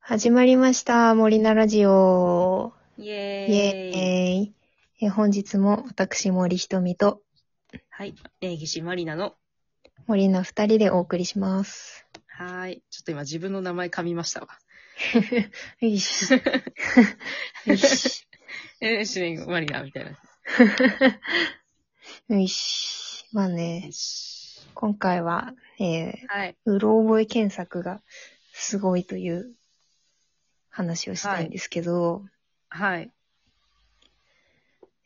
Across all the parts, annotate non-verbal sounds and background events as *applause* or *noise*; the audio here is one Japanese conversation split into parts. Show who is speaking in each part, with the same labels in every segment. Speaker 1: 始まりました。森菜ラジオ。
Speaker 2: イ
Speaker 1: イ
Speaker 2: エーイ。
Speaker 1: エーイ。え本日も私森ひとみと
Speaker 2: はい。えー、岸まりなの。
Speaker 1: 森菜二人でお送りします。
Speaker 2: はーい。ちょっと今自分の名前噛みましたわ。 *laughs*
Speaker 1: よいしょ。よいし
Speaker 2: えー、しね、まりな、みたいな。
Speaker 1: ょ。よいしょ。まあね、今回は、えー、
Speaker 2: はい。
Speaker 1: うろ覚え検索がすごいという話をしたいんですけど、
Speaker 2: はい。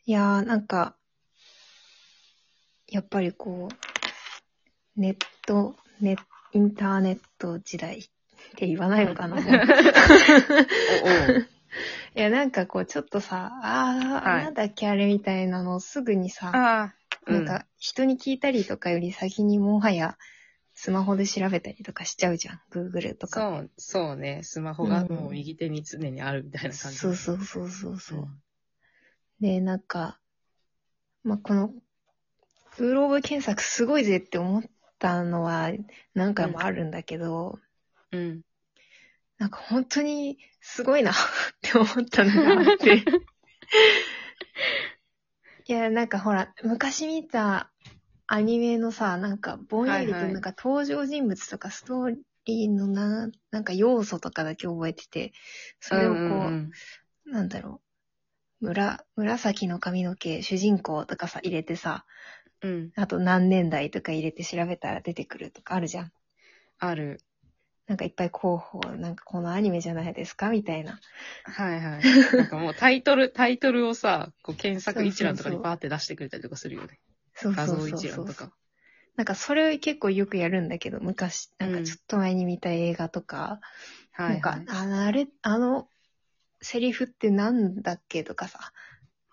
Speaker 1: いやー、なんか、やっぱりこう、ネット、ネインターネット時代って言わないのか *laughs*
Speaker 2: *laughs*
Speaker 1: なもうい
Speaker 2: お、お
Speaker 1: や、なんかこう、ちょっとさ、あー、
Speaker 2: はい
Speaker 1: なんだっけあれみたいなのをすぐにさ、
Speaker 2: あー
Speaker 1: なんか人に聞いたりとかより先にもはやスマホで調べたりとかしちゃうじゃん。Google とか。
Speaker 2: そう、そうね。スマホが
Speaker 1: うん
Speaker 2: もう右手に常にあるみたいな感じ。。。
Speaker 1: そうそうそうそうそううんで、なんか、まあ、この、ウーローブ検索すごいぜって思ったのは何回もあるんだけど、
Speaker 2: うん。
Speaker 1: なんか本当にすごいな *laughs* って思ったのがあって。いや、なんかほら、昔見たアニメのさ、なんかぼんやりと
Speaker 2: はいはい
Speaker 1: なんか登場人物とかストーリーのな、なんか要素とかだけ覚えてて、それをこう、
Speaker 2: んんん
Speaker 1: なんだろう。村、紫の髪の毛、主人公とかさ、入れてさ、
Speaker 2: うん。
Speaker 1: あと何年代とか入れて調べたら出てくるとかあるじゃん。
Speaker 2: ある。
Speaker 1: なんかいっぱい候補、なんかこのアニメじゃないですかみたいな。
Speaker 2: はい
Speaker 1: *laughs*
Speaker 2: はい。なんかもうタイトル、タイトルをさ、こう検索一覧とかに
Speaker 1: そうそうそう
Speaker 2: バーって出してくれたりとかするよね。
Speaker 1: そう
Speaker 2: 画
Speaker 1: そうそ
Speaker 2: 像
Speaker 1: う
Speaker 2: 一
Speaker 1: そ
Speaker 2: 覧と
Speaker 1: う。
Speaker 2: か。
Speaker 1: なんかそれ結構よくやるんだけど、昔、なんかちょっと前に見た映画とか、
Speaker 2: はいは
Speaker 1: ないん。か、あの、あれ、あの、セリフってなんだっけとかさ、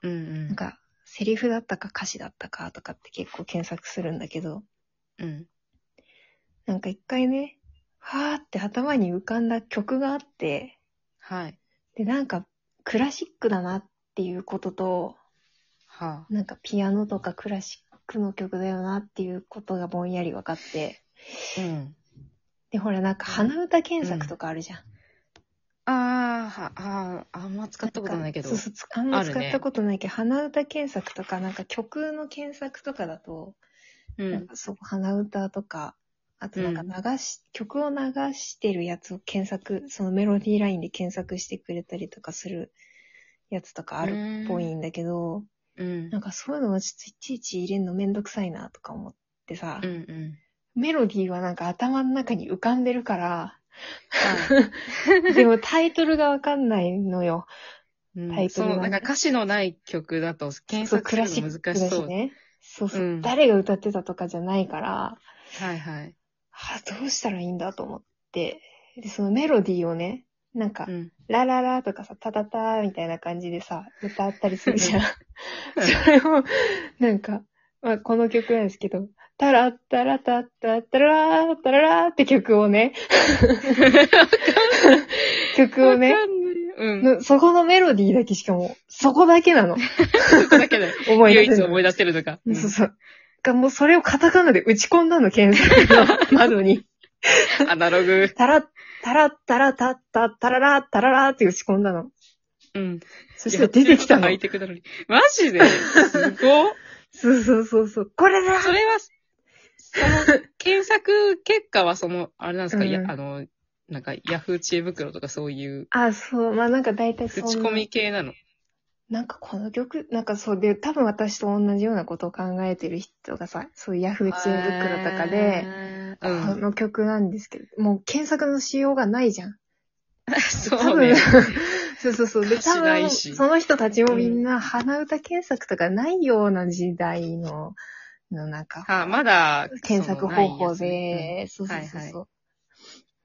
Speaker 2: うん
Speaker 1: なんか、セリフだったか歌詞だったかとかって結構検索するんだけど、
Speaker 2: うん。うん。
Speaker 1: なんか一回ね、はーって頭に浮かんだ曲があって、
Speaker 2: はい。
Speaker 1: で、なんかクラシックだなっていうことと、
Speaker 2: は
Speaker 1: なんかピアノとかクラシックの曲だよなっていうことがぼんやり分かって、
Speaker 2: あ。うん。
Speaker 1: で、ほらなんか鼻歌検索とかあるじゃん。
Speaker 2: あーはあー、あんま使ったことないけど。
Speaker 1: そうそう、つあんま
Speaker 2: ある
Speaker 1: 使
Speaker 2: ね
Speaker 1: ったことないけど、鼻歌検索とか、なんか曲の検索とかだと、
Speaker 2: う
Speaker 1: なん
Speaker 2: ん。
Speaker 1: かそう、鼻歌とか、あとなんか流し、曲を流してるやつを検索、そのメロディーラインで検索してくれたりとかするやつとかあるっぽいんだけど、
Speaker 2: うん。
Speaker 1: なんかそういうのをちょっといちいち入れるのめんどくさいなとか思ってさ、
Speaker 2: うんうん。
Speaker 1: メロディーはなんか頭の中に浮かんでる
Speaker 2: *laughs*
Speaker 1: から、
Speaker 2: は
Speaker 1: でもタイトルがわかんないのよ。
Speaker 2: い。うん
Speaker 1: タイト
Speaker 2: そ
Speaker 1: ルはね
Speaker 2: の、なんか歌詞のない曲だと検
Speaker 1: そう
Speaker 2: 索
Speaker 1: クラ
Speaker 2: す
Speaker 1: シ
Speaker 2: るの
Speaker 1: ック
Speaker 2: 難
Speaker 1: だ
Speaker 2: しそ
Speaker 1: し
Speaker 2: う。
Speaker 1: ね。そうそう、
Speaker 2: うん
Speaker 1: 誰が歌ってたとかじゃないから、
Speaker 2: はいはい。
Speaker 1: あ、どうしたらいいんだと思って。で、そのメロディーをね、なんか、
Speaker 2: うん。
Speaker 1: ラララとかさ、タタターみたいな感じでさ、歌ったりするじゃん。 *laughs* それを、なんか、まあ、この曲なんですけど、タラッタラタッタッタラータララーって曲を
Speaker 2: *laughs*
Speaker 1: ね、曲をね
Speaker 2: わ、かんないうん。
Speaker 1: のそこのメロディーだけしかも、そこだけなの。
Speaker 2: そこだけで、
Speaker 1: 思い出
Speaker 2: 唯
Speaker 1: せる
Speaker 2: 一
Speaker 1: の
Speaker 2: 思い出せるとか。
Speaker 1: そうそう。がもうそれをカタカナで打ち込んだの、検索の窓に。
Speaker 2: うんアナログ。
Speaker 1: タラッ、タラッ、タラタッタ、タララー、タララーって打ち込んだの。
Speaker 2: うん。
Speaker 1: そしたら出てきたの
Speaker 2: ハ。イテクなのに。マジですごっ
Speaker 1: そうそうそうそう。これだ
Speaker 2: それは、その、検索結果はその、あれなんですか、
Speaker 1: うん
Speaker 2: やあの、なんか、ヤフー知恵袋とかそういう、
Speaker 1: あ、そう。まあなんか大体そ
Speaker 2: 口
Speaker 1: んな
Speaker 2: コミ系なの。
Speaker 1: なんかこの曲、なんかそうで、多分私と同じようなことを考えてる人がさ、そういうヤフー知恵袋とかで、
Speaker 2: へ
Speaker 1: こ
Speaker 2: ー、うん。
Speaker 1: の曲なんですけど、もう検索のしようがないじゃん。
Speaker 2: そうね。
Speaker 1: 多分 *laughs* そうそうそう。で、
Speaker 2: 歌
Speaker 1: 多
Speaker 2: 詞な
Speaker 1: 分、
Speaker 2: いし
Speaker 1: その人たちもみんな鼻歌検索とかないような時代の、の中、
Speaker 2: はあ、まだ、
Speaker 1: 検索方法
Speaker 2: そのないや
Speaker 1: で、そうそうそう
Speaker 2: はい
Speaker 1: そう。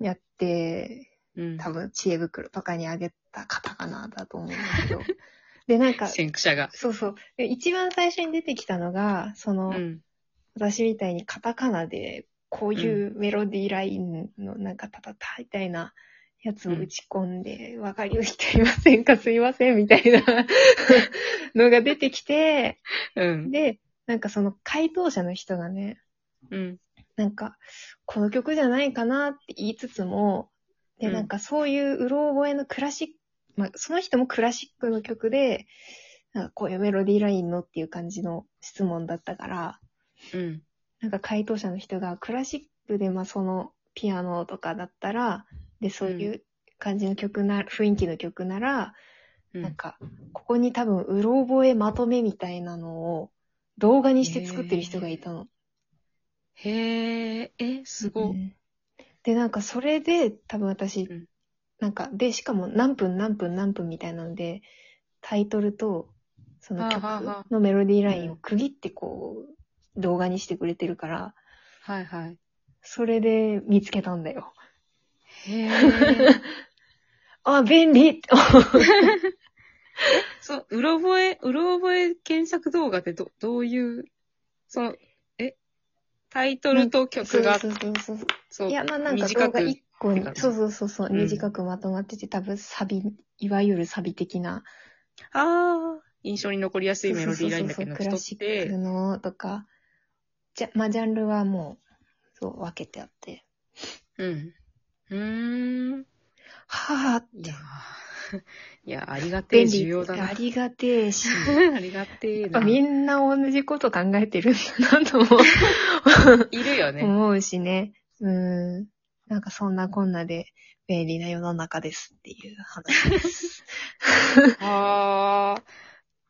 Speaker 1: やって、
Speaker 2: つね、うん。
Speaker 1: 多分、知恵袋とかにあげた方かな、だと思うんだけ
Speaker 2: *laughs*
Speaker 1: ど。で、なんか、
Speaker 2: 先駆者が。
Speaker 1: そうそう。で一番最初に出てきたのが、その、
Speaker 2: うん。
Speaker 1: 私みたいにカタカナで、こういうメロディーラインのなんかタタタみたいなやつを打ち込んで、わ、かりましていませんかすいませんみた
Speaker 2: *laughs*
Speaker 1: いなのが出てきて、
Speaker 2: うん。
Speaker 1: で、なんかその回答者の人がね、
Speaker 2: うん。
Speaker 1: なんか、この曲じゃないかなって言いつつも、で、
Speaker 2: うん
Speaker 1: なんかそういううろ覚えのクラシック、まあ、その人もクラシックの曲で、なんかこういうメロディーラインのっていう感じの質問だったから、
Speaker 2: うん。
Speaker 1: なんか回答者の人がクラシックでまあそのピアノとかだったら、で、そういう感じの曲な、雰囲気の曲なら、
Speaker 2: う
Speaker 1: なん
Speaker 2: ん。
Speaker 1: か、ここに多分、うろ覚えまとめみたいなのを動画にして作ってる人がいたの。
Speaker 2: へえ、え、すご
Speaker 1: う
Speaker 2: い。
Speaker 1: んで、なんかそれで、多分私、
Speaker 2: うん
Speaker 1: なんか、で、しかも何分何分何分みたいなので、タイトルと、その曲
Speaker 2: はあはあは
Speaker 1: のメロディーラインを区切ってこう、動画にしてくれてるから、
Speaker 2: はいはい。
Speaker 1: それで見つけたんだよ。
Speaker 2: へえ。
Speaker 1: *laughs* あ、便利って思う
Speaker 2: そう、うろ覚え、うろ覚え検索動画ってど、どういう、その、え、タイトルと曲が、
Speaker 1: そうそうそうそう。
Speaker 2: そう
Speaker 1: いや、まあなんか動
Speaker 2: 短
Speaker 1: 画
Speaker 2: く
Speaker 1: 一個に
Speaker 2: 短、く
Speaker 1: そうそうそうそう、
Speaker 2: うん
Speaker 1: 短くまとまってて、多分サビ、いわゆるサビ的な、
Speaker 2: ああ、印象に残りやすいメロディーラインだ
Speaker 1: そ
Speaker 2: け
Speaker 1: うそうそうそうクラ
Speaker 2: 抜き取
Speaker 1: シ
Speaker 2: っ
Speaker 1: ック
Speaker 2: て、
Speaker 1: のとか、じゃ、まあジャンルはもう、そう、分けてあって、
Speaker 2: うん。うーん。
Speaker 1: はぁ、
Speaker 2: いやー、 *laughs* いや、ありがてえ、
Speaker 1: 便利
Speaker 2: 重要だな
Speaker 1: あ。りがてえし、
Speaker 2: *laughs* ありがてえ
Speaker 1: やっぱ
Speaker 2: な。
Speaker 1: みんな同じこと考えてるんだなとも
Speaker 2: いるよね。
Speaker 1: 思うしね。うん。なんかそんなこんなで便利な世の中ですっていう話
Speaker 2: *laughs*
Speaker 1: です。
Speaker 2: ああ、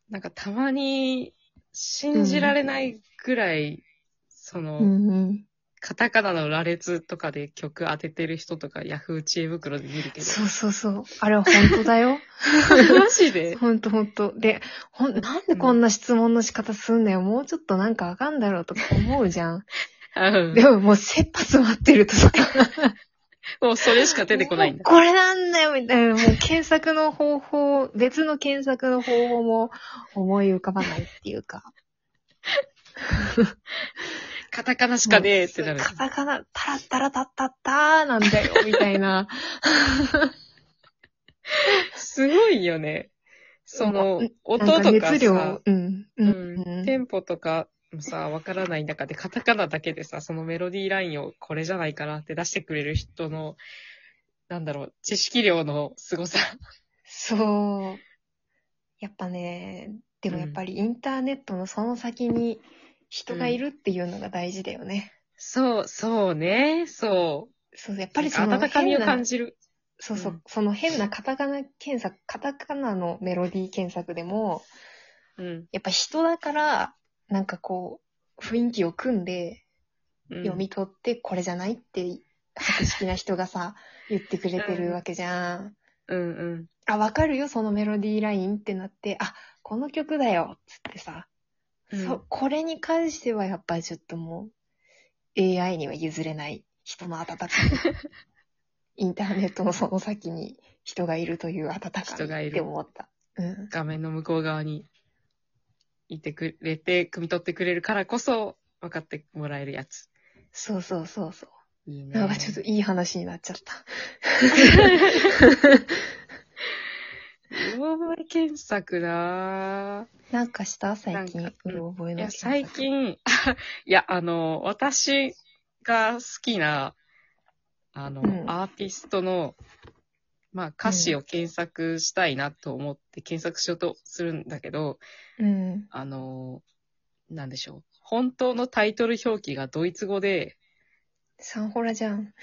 Speaker 2: なんかたまに信じられないぐらい、その、
Speaker 1: うんうん。
Speaker 2: カタカナの羅列とかで曲当ててる人とか、ヤフー知恵袋で見るけど。
Speaker 1: そうそうそう。あれは本当だよ。
Speaker 2: *laughs* マジで
Speaker 1: ほんとほんと。で、ほん、なんでこんな質問の仕方すんだよ。もうちょっとなんかあかんだろうとか思うじゃん。
Speaker 2: うん
Speaker 1: でももう切羽詰まってるとさ。
Speaker 2: もうそれしか出てこないんだ。
Speaker 1: もうこれなんだよ、みたいな。もう検索の方法、別の検索の方法も思い浮かばないっていうか。
Speaker 2: カタカナしかねえってなる
Speaker 1: もう。カタカナ、タラッタラタッタッターなんだよ、みたいな。
Speaker 2: すごいよね。その
Speaker 1: うん、
Speaker 2: *laughs* 音
Speaker 1: なん
Speaker 2: とか
Speaker 1: 熱量
Speaker 2: さ、、
Speaker 1: うん。う。
Speaker 2: うんん、テンポとかもさ、わからない中で、カタカナだけでさ、そのメロディーラインをこれじゃないかなって出してくれる人の、なんだろう、知識量の凄さ。
Speaker 1: そう。やっぱね、でもやっぱりインターネットのその先に人がいるっていうのが大事だよね。
Speaker 2: そう、そうね、そう。
Speaker 1: そう、やっ
Speaker 2: や
Speaker 1: ぱ
Speaker 2: っ
Speaker 1: り
Speaker 2: ぱ
Speaker 1: そ
Speaker 2: り
Speaker 1: の
Speaker 2: 温かみ
Speaker 1: 変
Speaker 2: を
Speaker 1: な
Speaker 2: 感、じる。、
Speaker 1: そうそううんその変なカタカナ検索、カタカナのメロディー検索でも、
Speaker 2: うん。
Speaker 1: やっぱ人だから、なんかこう、雰囲気を組んで、
Speaker 2: うん
Speaker 1: 読み取って、これじゃないって、博識な人がさ、言ってくれてるわけじゃん。
Speaker 2: うんうん。
Speaker 1: あ、わかるよ、そのメロディーラインってなって、あ、この曲だよ、つってさ、
Speaker 2: うん
Speaker 1: そう、これに関してはやっぱりちょっともう、AI には譲れない人の
Speaker 2: *laughs*
Speaker 1: 温かみ。インターネットのその先に人がいるという温か
Speaker 2: 人が
Speaker 1: み
Speaker 2: い
Speaker 1: っ
Speaker 2: る
Speaker 1: て思った。うん。
Speaker 2: 画面の向こう側にいてくれて、汲み取ってくれるからこそ、分かってもらえるやつ。
Speaker 1: そうそうそうそう。
Speaker 2: いいね。
Speaker 1: なんかちょっといい話になっちゃった。
Speaker 2: *laughs* うろ覚え検索な
Speaker 1: なんかした最
Speaker 2: な
Speaker 1: 近
Speaker 2: んか、
Speaker 1: う
Speaker 2: うん
Speaker 1: ろ覚え
Speaker 2: ぁ。い
Speaker 1: の
Speaker 2: や、
Speaker 1: 検索
Speaker 2: 最。近、 *laughs* いや、あの、私が好きな、あの、
Speaker 1: うん
Speaker 2: アーティストの、まあ、歌詞を検索したいなと思って検索しようとするんだけど、
Speaker 1: うん。
Speaker 2: あの、なんでしょう。本当のタイトル表記がドイツ語で、
Speaker 1: サンホラじゃん。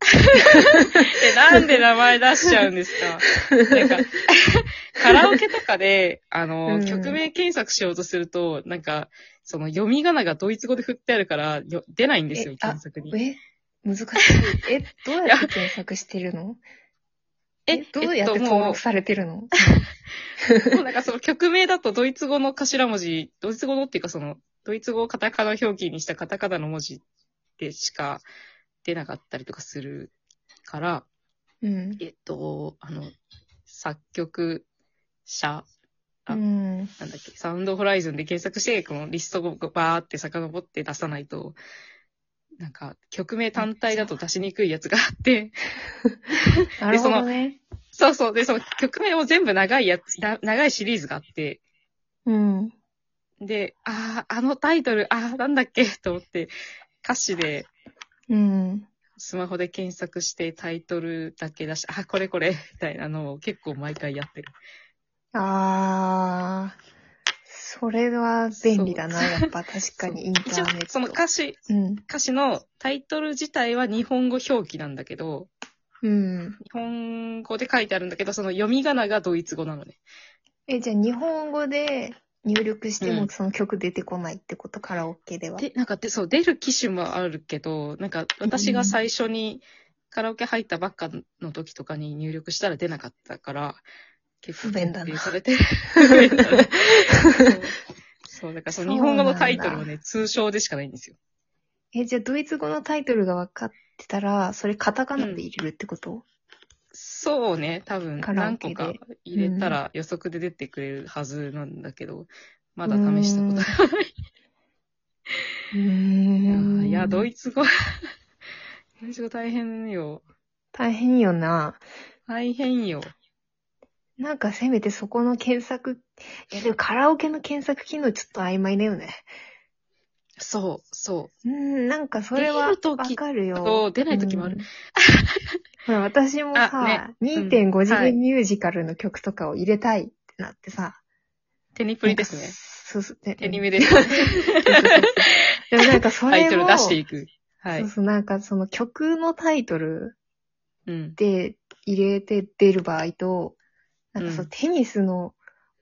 Speaker 2: え、なんで名前出しちゃうんですか
Speaker 1: *laughs*
Speaker 2: なんか、 *laughs* カラオケとかで、あの、
Speaker 1: うん
Speaker 2: 曲名検索しようとすると、なんか、その読み仮名がドイツ語で振ってあるから、よ出ないんですよ
Speaker 1: え、あ
Speaker 2: 検索に。
Speaker 1: え難しい。え、どうやって検索してるのどうやって
Speaker 2: もう
Speaker 1: 登録されて
Speaker 2: *laughs*
Speaker 1: るの、
Speaker 2: もうなんかその曲名だとドイツ語の頭文字、ドイツ語のっていうかその、ドイツ語をカタカナ表記にしたカタカナの文字でしか出なかったりとかするから、
Speaker 1: うん。
Speaker 2: えっと、あの、作曲者、あ
Speaker 1: うん。
Speaker 2: なんだっけ、サウンドホライズンで検索して、このリストをバーって遡って出さないと、なんか、曲名単体だと出しにくいやつがあって、
Speaker 1: なるほどね。
Speaker 2: そうそう、で、その曲名も全部長いやつ、な長いシリーズがあって、
Speaker 1: うん。
Speaker 2: で、ああ、あのタイトル、ああ、なんだっけ、と思って、歌詞で、
Speaker 1: うん。
Speaker 2: スマホで検索してタイトルだけ出して、あ、これこれ、みたいなのを結構毎回やってる。
Speaker 1: あー、それは便利だな、やっぱ確かにインタ
Speaker 2: 一応
Speaker 1: ーネット。
Speaker 2: その歌詞、
Speaker 1: うん。
Speaker 2: 歌詞のタイトル自体は日本語表記なんだけど、
Speaker 1: うん。
Speaker 2: 日本語で書いてあるんだけど、その読み仮名がドイツ語なのね。
Speaker 1: え、じゃあ日本語で入力して
Speaker 2: う
Speaker 1: も
Speaker 2: ん
Speaker 1: その曲出てこないってこと、カラオケでは。
Speaker 2: で、なんかで、そう、出る機種もあるけど、なんか私が最初にカラオケ入ったばっかの時とかに入力したら出なかったから、結構
Speaker 1: 不便だな
Speaker 2: 徹底されて。不便だねそう *laughs* そう、だからその日本語のタイトルは
Speaker 1: そう
Speaker 2: ね、通称でしかないんですよ。
Speaker 1: え、じゃあドイツ語のタイトルが分かってたら、それカタカナで入れるってこと、
Speaker 2: そうね、多分
Speaker 1: カラオ
Speaker 2: 何
Speaker 1: ケ
Speaker 2: 個
Speaker 1: で
Speaker 2: か入れたら予測で出てくれるはずなんだけど、まだ試したことないういや
Speaker 1: ーん。
Speaker 2: ーいや、ドイツ語。 *laughs* ドイツ語大変よ。
Speaker 1: 大変よな。
Speaker 2: 大変よ。
Speaker 1: なんかせめてそこの検索、いやでもカラオケの検索機能ちょっと曖昧だよね。
Speaker 2: そう、そう
Speaker 1: ーん、なんかそれは
Speaker 2: 出
Speaker 1: わ
Speaker 2: る時
Speaker 1: かる
Speaker 2: う。
Speaker 1: よ。
Speaker 2: と出ない時もあ
Speaker 1: う
Speaker 2: る *laughs*
Speaker 1: ん。ほら私も
Speaker 2: あ
Speaker 1: さ、2.5次元ミュージカルの曲とかを入れたいってなってさ。
Speaker 2: テニプリですね。
Speaker 1: そうそう。
Speaker 2: テニ
Speaker 1: メ *laughs*
Speaker 2: メで
Speaker 1: でもなんかそ
Speaker 2: タイ
Speaker 1: れ
Speaker 2: トル
Speaker 1: も、
Speaker 2: 出していく。は
Speaker 1: そう
Speaker 2: い。
Speaker 1: そう、なんかその曲のタイトル
Speaker 2: うん。
Speaker 1: で入れて出る場合と、なんかそう、
Speaker 2: うん
Speaker 1: テニスの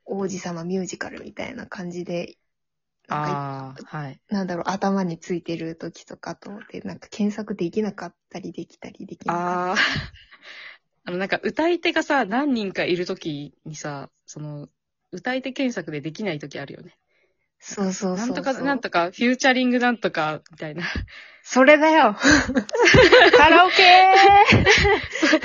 Speaker 1: 王子様ミュージカルみたいな感じで、なんか
Speaker 2: ああ、はい。
Speaker 1: なんだろう、頭についてる時とかと、で、なんか検索できなかったりできたりできなかっ
Speaker 2: ああ。 *laughs* あの、なんか歌い手がさ、何人かいる時にさ、その、歌い手検索でできない時あるよね。
Speaker 1: た。そうそう
Speaker 2: な
Speaker 1: そ
Speaker 2: ん
Speaker 1: うそ
Speaker 2: と
Speaker 1: う。
Speaker 2: か、なんとか、フューチャリングなんとか、
Speaker 1: *laughs*
Speaker 2: *laughs* みたいな。
Speaker 1: それだよカラオケー